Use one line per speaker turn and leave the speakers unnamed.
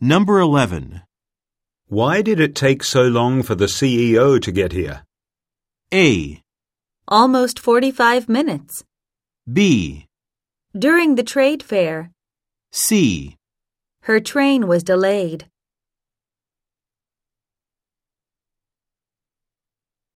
Number 11.
Why did it take so long for the CEO to get here?
A,
Almost 45 minutes.
B,
During the trade fair,
C.
her train was delayed.